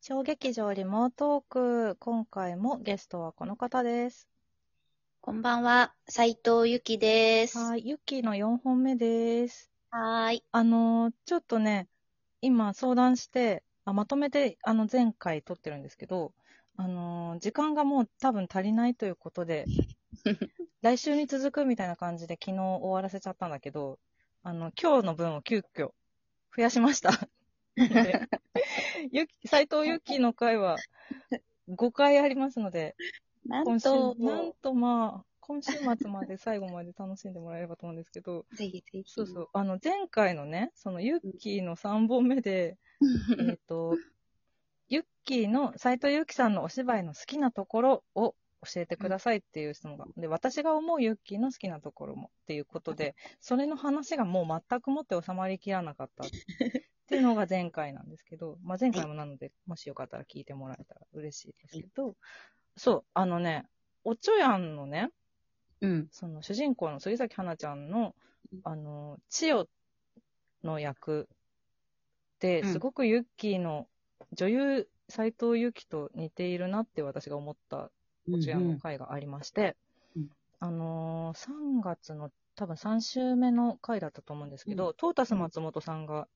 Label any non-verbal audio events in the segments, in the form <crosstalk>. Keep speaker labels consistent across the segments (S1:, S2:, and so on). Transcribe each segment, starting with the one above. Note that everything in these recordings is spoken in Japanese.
S1: 小劇場リモートーク、今回もゲストはこの方です。
S2: こんばんは、斉藤ゆきです。は
S1: はい、ゆきの4本目です。
S2: ーい。
S1: あのー、ちょっとね、今相談して、あまとめて、あの、前回撮ってるんですけど、あのー、時間がもう多分足りないということで、来週に続くみたいな感じで昨日終わらせちゃったんだけど、あの、今日の分を急遽増やしました。 <laughs> でゆき、斎藤ゆきの回は5回ありますので、
S2: な
S1: 今
S2: ん
S1: 週、
S2: と、
S1: なんとまあ、今週末まで最後まで楽しんでもらえればと思うんですけど、
S2: ぜひぜひ。
S1: <laughs> そうそう、あの、前回のね、そのユッキーの3本目で、えっ、と、ユッキーの、斎藤ユッキさんのお芝居の好きなところを教えてくださいっていう質問が、で、私が思うユッキーの好きなところもっていうことで、それの話がもう全くもって収まりきらなかったっていうのが前回なんですけど、まあ、前回もなので、もしよかったら聞いてもらえたら嬉しいですけど、そう、あのね、おちょやんのね、
S2: うん。
S1: その主人公の杉咲花ちゃんの
S2: うん、
S1: あの、千代の役で、
S2: うん
S1: すごくユッキーの、女優、斎藤由貴と似ているなって私が思ったこちらの回がありまして、
S2: うんうん
S1: あのー3月の多分3週目の回だったと思うんですけど、トータス松本さんが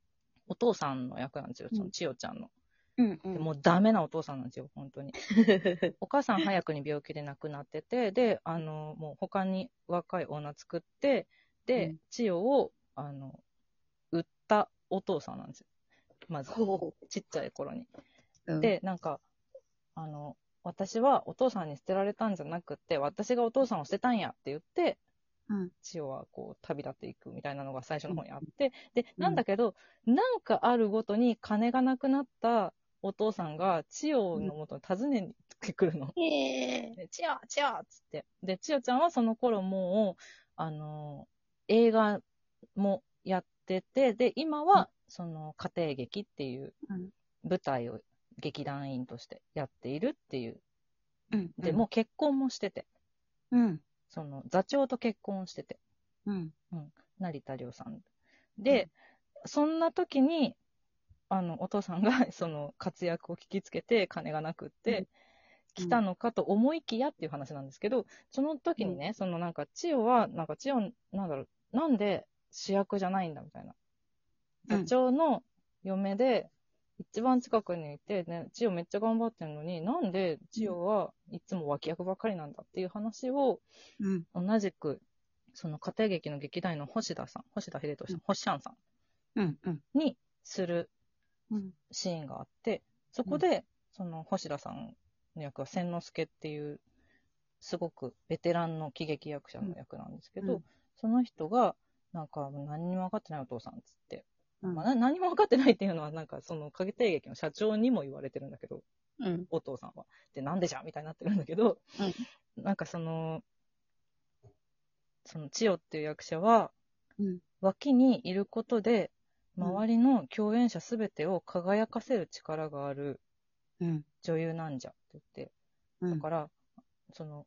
S1: お父さんの役なんですよ、その千代ちゃんの。
S2: うん。う
S1: で
S2: ん。
S1: もうダメなお父さんなんですよ、本当に。お母さん早くに病気で亡くなってて、で、あの、もう他に若い女作って、で、
S2: うん
S1: 千代を、あの、売ったお父さんなんですよ。まず、
S2: ほ
S1: ちっちゃい頃に。
S2: う、
S1: で、なんか、あの、私はお父さんに捨てられたんじゃなくって、私がお父さんを捨てたんやって言って、
S2: うん
S1: 千代はこう旅立っていくみたいなのが最初の方にあって、で、
S2: うん
S1: なんだけど、なんかあるごとに金がなくなったお父さんが千代のもとに訪ねに来るの。
S2: うん。へ
S1: で、千代、千代っつって。で、千代ちゃんはその頃もう、あの、映画もやってて、で、今
S2: うん
S1: は、その、家庭劇っていう
S2: うん、
S1: 舞台を劇団員としてやっているっていう。
S2: ーうん。
S1: で、もう結婚もしてて、
S2: うん、
S1: その、座長と結婚してて、
S2: うん。
S1: 成田凌さん。で、そんな時に、あの、お父さんが、 <laughs> その、活躍を聞きつけて、金がなくって、
S2: うん
S1: 来たのかと思いきやっていう話なんですけど、その時にね、そのなんか、千代は、なんか、千代、なんだろう、なんで主役じゃないんだみたいな。
S2: う
S1: 座
S2: ん
S1: 長の嫁で、一番近くにいて、ね、千代めっちゃ頑張ってるのに、なんで千代はいつも脇役ばっかりなんだっていう話を、
S2: うん。
S1: 同じく、その家庭劇の劇団員の星田さん、星田秀俊さん、星シャンさ
S2: うん。うん。
S1: んにする
S2: うん。
S1: シーンがあって、そこで、その星田さんの役は千之助っていう、すごくベテランの喜劇役者の役なんですけど、
S2: うん
S1: その人が、なんか、もう何にも分かってないお父さんっつって、
S2: うん
S1: まあ、な <laughs> 何も分かってないっていうのは、なんか、その家庭劇の社長にも言われてるんだけど、
S2: うん。
S1: お父さんは。で、なんでじゃんみたいになってるんだけど、なんかその、その千代っていう役者は、
S2: うん
S1: 脇にいることで、
S2: うん
S1: 周りの共演者すべてを輝かせる力がある
S2: うん。
S1: 女優なんじゃって言って、
S2: う
S1: だ
S2: ん。
S1: から、その、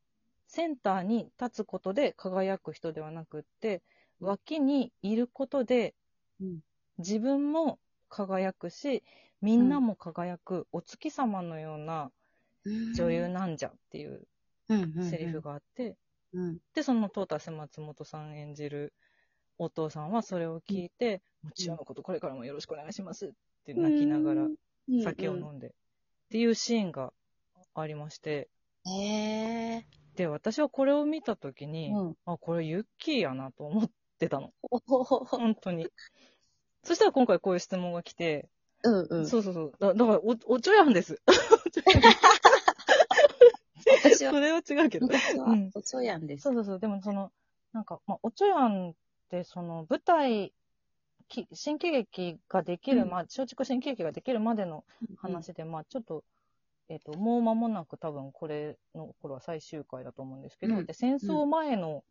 S1: センターに立つことで輝く人ではなくって、脇にいることで
S2: うん、
S1: 自分も輝くし、みんなも輝く、お月様のような女優なんじゃっていう
S2: の
S1: セリフ。があって、
S2: うん。
S1: で、そのトータス松本さん演じるお父さんはそれを聞いて、もう千代のことこれからもよろしくお願いしますって泣きながら
S2: ら
S1: 酒を飲んで、っていうシーンがありまして、
S2: む。へえ。
S1: で、私はこれを見たときに、
S2: うん。
S1: あ、これユッキーやなと思ってたの。
S2: <laughs> ほほほ。
S1: 本当に。そしたら今回こういう質問が来て、
S2: うんうん。
S1: そうそうそう。だだからお、おちょやん
S2: <laughs>
S1: です。
S2: 私
S1: そ
S2: は、
S1: れは違うけど。
S2: 私
S1: う
S2: は
S1: ん、
S2: そうやんです。
S1: そうそうそう、でもその、なんか、まあ、おちょやんって、その、舞台、き新喜劇ができる、
S2: うん
S1: まあ、松竹新喜劇ができるまでの話で、まあ、ちょっと、えっ、と、もう間もなく多分これの頃は最終回だと思うんですけど、
S2: うん
S1: で、戦争前の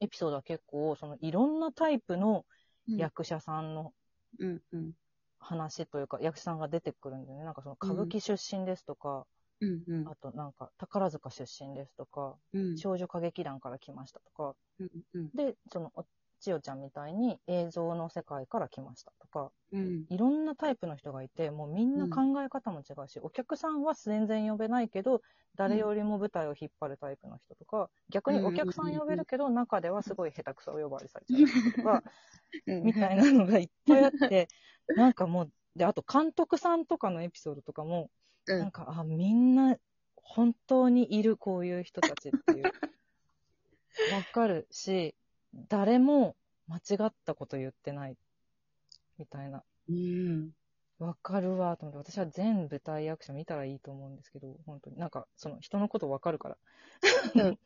S1: エピソードは結構、その、いろんなタイプの
S2: うん。
S1: 役者さんの
S2: うんうん。
S1: 話というか、役者さんが出てくるんでね、なんかその、歌舞伎出身ですとか、
S2: うんうん。
S1: あとなんか、宝塚出身ですとか、
S2: うん。
S1: 少女歌劇団から来ましたとか、
S2: うんうん。
S1: で、その、お千代ちゃんみたいに映像の世界から来ましたとか、
S2: うん。
S1: いろんなタイプの人がいて、もうみんな考え方も違うし、お客さんは全然呼べないけど、誰よりも舞台を引っ張るタイプの人とか、逆にお客さん呼べるけど、中ではすごい下手くそを呼ばわりされちゃう人とか、
S2: うん
S1: みたいなのがいっぱいあって、なんかもう、で、あと監督さんとかのエピソードとかも、
S2: うん
S1: なんか、あ、みんな、本当にいる、こういう人たちって
S2: <laughs>
S1: いう。わかるし、誰も間違ったこと言ってない。みたいな。
S2: うん。
S1: わかるわ、と思って。私は全舞台役者見たらいいと思うんですけど、本当に。なんか、その、人のことわかるから。
S2: うん。うん。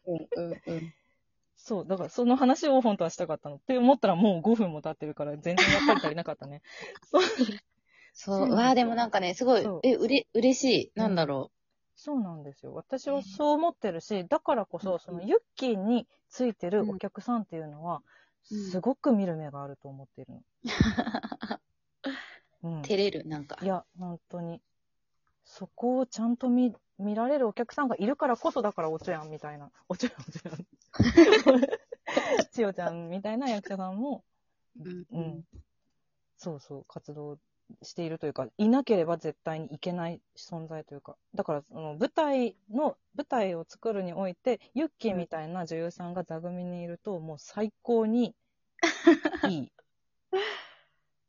S2: うん。
S1: そう、だからその話を本当はしたかったの。って思ったらもう5分も経ってるから、全然やっぱり足りなかったね。そう。
S2: そ
S1: そう
S2: う。
S1: なんですよ
S2: わあ、でもなんかね、すごい
S1: そう、
S2: え、うれ、嬉しい。なんだろ
S1: そうなんですよ。私
S2: ね
S1: はそう思ってるし、だからこ
S2: う
S1: そ、
S2: ん
S1: そのユッキーについてるお客さんっていうのは、
S2: うん
S1: すごく見る目があると思っているの。うん。
S2: う。 <laughs> 照れる、なんか。
S1: いや、本当に。そこをちゃんと見見られるお客さんがいるからこそだからおちょやんみたいな。おちょやん、おちょ <laughs> やん。千代ちゃんみたいな役者さんも、
S2: うん。
S1: うん。そうそう、活動しているというか、いなければ絶対にいけない存在というか、だからその舞台の、舞台を作るにおいて、ユッキーみたいな女優さんが座組にいると、もう最高に
S2: <laughs>
S1: いい。っ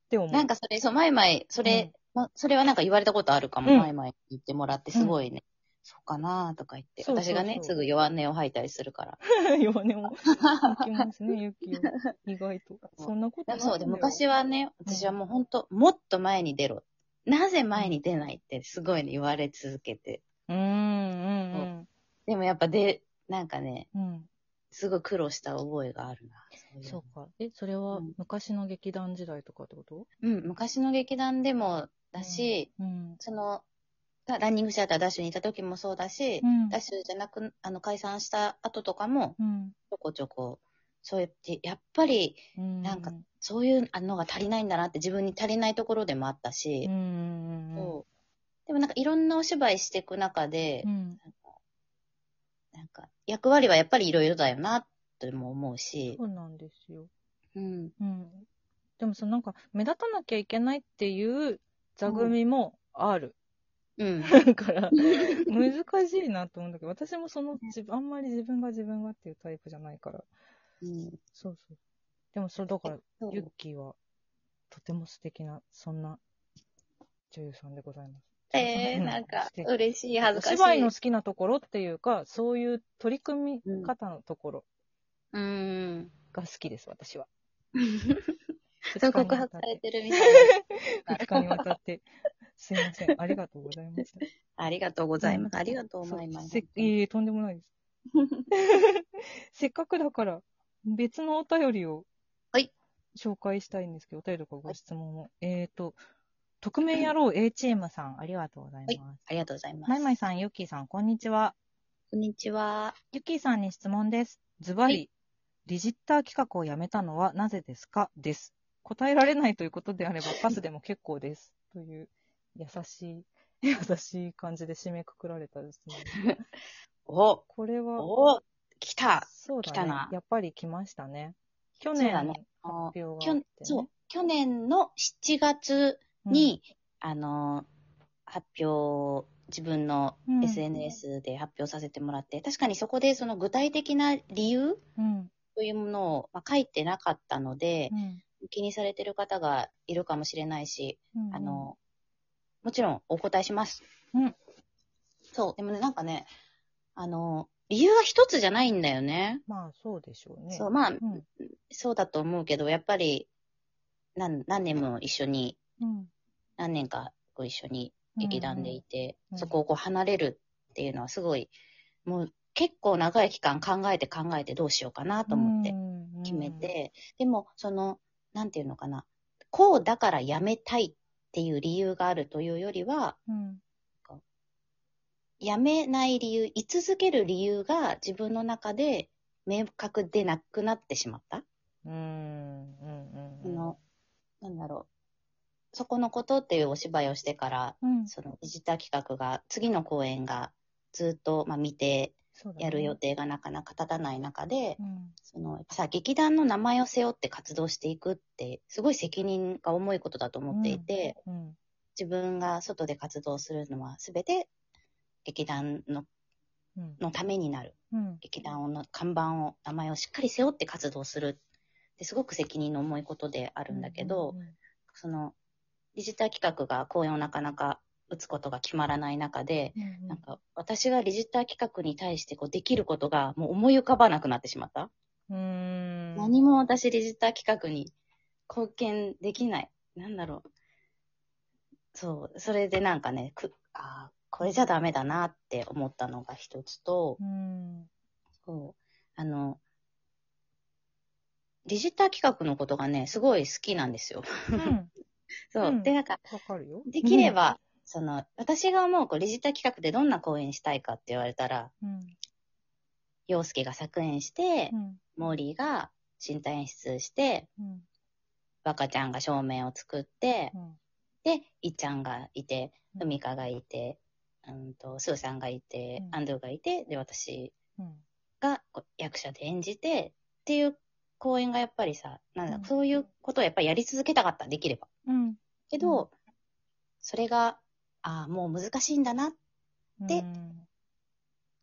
S1: て思う。
S2: なんかそれ、そう、前々、それ、
S1: <laughs>
S2: ま、それはなんか言われたことあるかも、
S1: うん
S2: 前々言ってもらって、すごいね、そうかなとか言って、
S1: そうそうそう
S2: 私がね、すぐ弱音を吐いたりするから。
S1: 弱音もいきます
S2: <laughs>
S1: ね、ユッキーは。意外と。そんなことないんだ
S2: でも
S1: よ
S2: そうで、昔はね、私はもう本当、もっと前に出ろ。なぜ前に出ないって、すごいね、言われ続けて。
S1: うーん、うん、
S2: でもやっぱで、なんかね、
S1: うん。うん
S2: すごい苦労した覚えがあるな。そういう
S1: そ
S2: の
S1: うか。え、それは
S2: うん
S1: 昔の劇団時代とかってこと
S2: うん、昔の劇団でもだし、
S1: うん。
S2: その、ラランニングシアターダッシュにいた時もそうだし、
S1: うん
S2: ダッシュじゃなく、あの、解散した後とかも、
S1: うん。
S2: ちょこちょこ、そうやって、やっぱり、
S1: うん。
S2: なんかそういうのが足りないんだなって自分に足りないところでもあったし
S1: う、ん。
S2: そうでもなんかいろんなお芝居していく中で、
S1: うん。
S2: なんか役割はやっぱりいろいろだよな、とも思うし
S1: そ、うなんですよ。
S2: うん。
S1: うん。でもそのなんか、目立たなきゃいけないっていう座組もある。 <laughs>
S2: うん。
S1: だ
S2: <laughs>
S1: から、難しいなと思うんだけど、私もその、自分あんまり自分が自分がっていうタイプじゃないから。
S2: うん、
S1: そうそう。でもそれだから、
S2: そう
S1: ユッキーは、とても素敵な、そんな女優さんでございます。
S2: えー、なんか嬉しい、恥ずかしい。
S1: お芝居の好きなところっていうか、そういう取り組み方のところ
S2: うん。
S1: が好きです、私は。
S2: <laughs> そう
S1: 告白
S2: 告白
S1: さ
S2: さ
S1: れ
S2: れ
S1: て
S2: てるみたい
S1: 2日にわたって、すいません、ありがとうございま
S2: <laughs>
S1: した。
S2: な。ありがとうございます。ありがとう
S1: そ
S2: 思
S1: う
S2: いま
S1: せ
S2: す
S1: っ。いえいえとんでもない
S2: <laughs>
S1: です。せっかくだから、別のお便りを
S2: はい
S1: 紹介したいんですけど、お便りとかご質問を。えっ、ー、と、匿名野郎 A チームさん、ありがとうございます。
S2: ありがとうございます。
S1: まいまいさん、ゆきーさん、こんにちは。
S2: こんにちは。
S1: ゆきーさんに質問です。ズバ
S2: は
S1: リ、リジッター企画をやめたのはなぜですかです。答えられないということであ
S2: <laughs>
S1: れば、パスでも結構です。という、優しい、優 <laughs> しい感じで締めくくられた
S2: <laughs>
S1: ですね。
S2: お
S1: これは、
S2: お来た
S1: そうだ
S2: 来た
S1: ね
S2: な。
S1: やっぱり来ましたね。去
S2: そう
S1: 年
S2: だ
S1: の
S2: ね
S1: 発
S2: あの
S1: 表があって、
S2: きょ
S1: ね。
S2: そう、去年の7月
S1: うん、
S2: に、あの、発表、自分の
S1: うん
S2: SNS で発表させてもらって、確かにそこでその具体的な理由
S1: うん。
S2: というものを、まあ、書いてなかったので
S1: う、ん。
S2: 気にされてる方がいるかもしれないし、
S1: うん
S2: あ、の、もちろんお答えします。
S1: うん。
S2: そう、でもね、なんかね、あの、理由は一つじゃないんだよね。
S1: まあ、そうでしょうね。
S2: そう、まあ、
S1: うん。
S2: そうだと思うけど、やっぱり、何、何年も一緒に、
S1: うん。
S2: 何年かご一緒に劇団でいて、
S1: うんうん
S2: そこをこう離れるっていうのはすごい、もう結構長い期間考えて考えてどうしようかなと思って
S1: て
S2: 決め。て、でも、その、なんていうのかな、こうだからやめたいっていう理由があるというよりは、
S1: うん。
S2: やめない理由、居続ける理由が自分の中で明確でなくなってしまった。
S1: うん。うん。うん。
S2: その、なんだろう。そこのことっていうお芝居をしてから、
S1: うん。
S2: そのデジター企画が、次の公演がずっと、まあ、未定
S1: そうだね
S2: やる予。定がなかなか立たない中で、
S1: うん。
S2: そのやっぱさ、劇団の名前を背負って活動していくって、すごい責任が重いことだと思っていて、
S1: うん。
S2: 自分が外で活動するのは全て劇団の
S1: うん。
S2: のためになる。
S1: うん。
S2: 劇団の看板を、名前をしっかり背負って活動するってすごく責任の重いことであるんだけど、
S1: うん、
S2: その、デジター企画が公演をなかなか打つことが決まらない中で、
S1: うんうん
S2: なんか私がデジター企画に対してこうできることがもう思い浮かばなくなってしまった。
S1: うーん。
S2: 何も私デジター企画に貢献できない。なんだろう。そう、それでなんかね、くあーこれじゃダメだなって思ったのが一つと、
S1: うん。
S2: そう。あの、デジター企画のことがね、すごい好きなんですよ。
S1: <laughs> うん。
S2: そう。
S1: うん
S2: で、なんか、
S1: わかるよ。
S2: できれば、その、私が思う、こう、デジター企画でどんな公演したいかって言われたら、
S1: うん。
S2: 洋介が作演して
S1: う、ん。
S2: モーリーが身体演出して、
S1: うん。
S2: 若ちゃんが照明を作って、
S1: うん。
S2: で、いっちゃんがいて、
S1: うん
S2: ふみかがいて、うんと、スーさんがいて、
S1: うん
S2: アンドゥがいて、で、私
S1: うん。
S2: がこう役者で演じてっていう公演がやっぱりさ、なんだ
S1: うん
S2: そういうことをやっぱりやり続けたかった、できれば。
S1: うん。
S2: けど、それが、ああ、もう難しいんだな、で
S1: うん、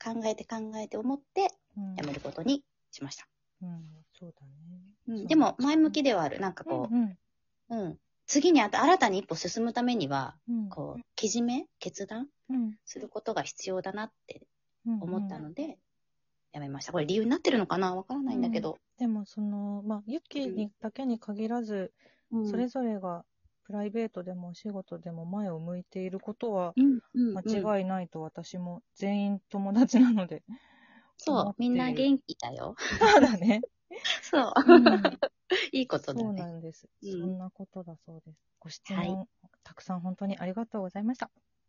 S2: 考えて考えて思って、
S1: うん
S2: やめることにしました。
S1: うん、そうだね。
S2: うんでも、前向きではある。なんか
S1: そう、
S2: こ
S1: うん、
S2: う、うん、次にあた新たに一歩進むためには、
S1: うん、
S2: こう、けじめ、決断
S1: うん、
S2: することが必要だなって
S1: うん、
S2: 思った
S1: うん
S2: ので、やめました。これ理由になってるのかなわからないんだけど。
S1: でも、その、まあ、ユキにだけに限らず、
S2: うん
S1: それぞれがプライベートでもお仕事でも前を向いていることは
S2: うんうんうん
S1: 間違いないと私も全員友達なので。
S2: そ
S1: 思
S2: う
S1: っ、て
S2: み
S1: いる
S2: んな元気だよ。
S1: そうだね。
S2: そう。
S1: うん
S2: <laughs> いいことだ
S1: そうな
S2: ね。
S1: んです。
S2: うん
S1: そんなことだそうです。ご質
S2: は
S1: 問、たくさん本当にありがとうございました。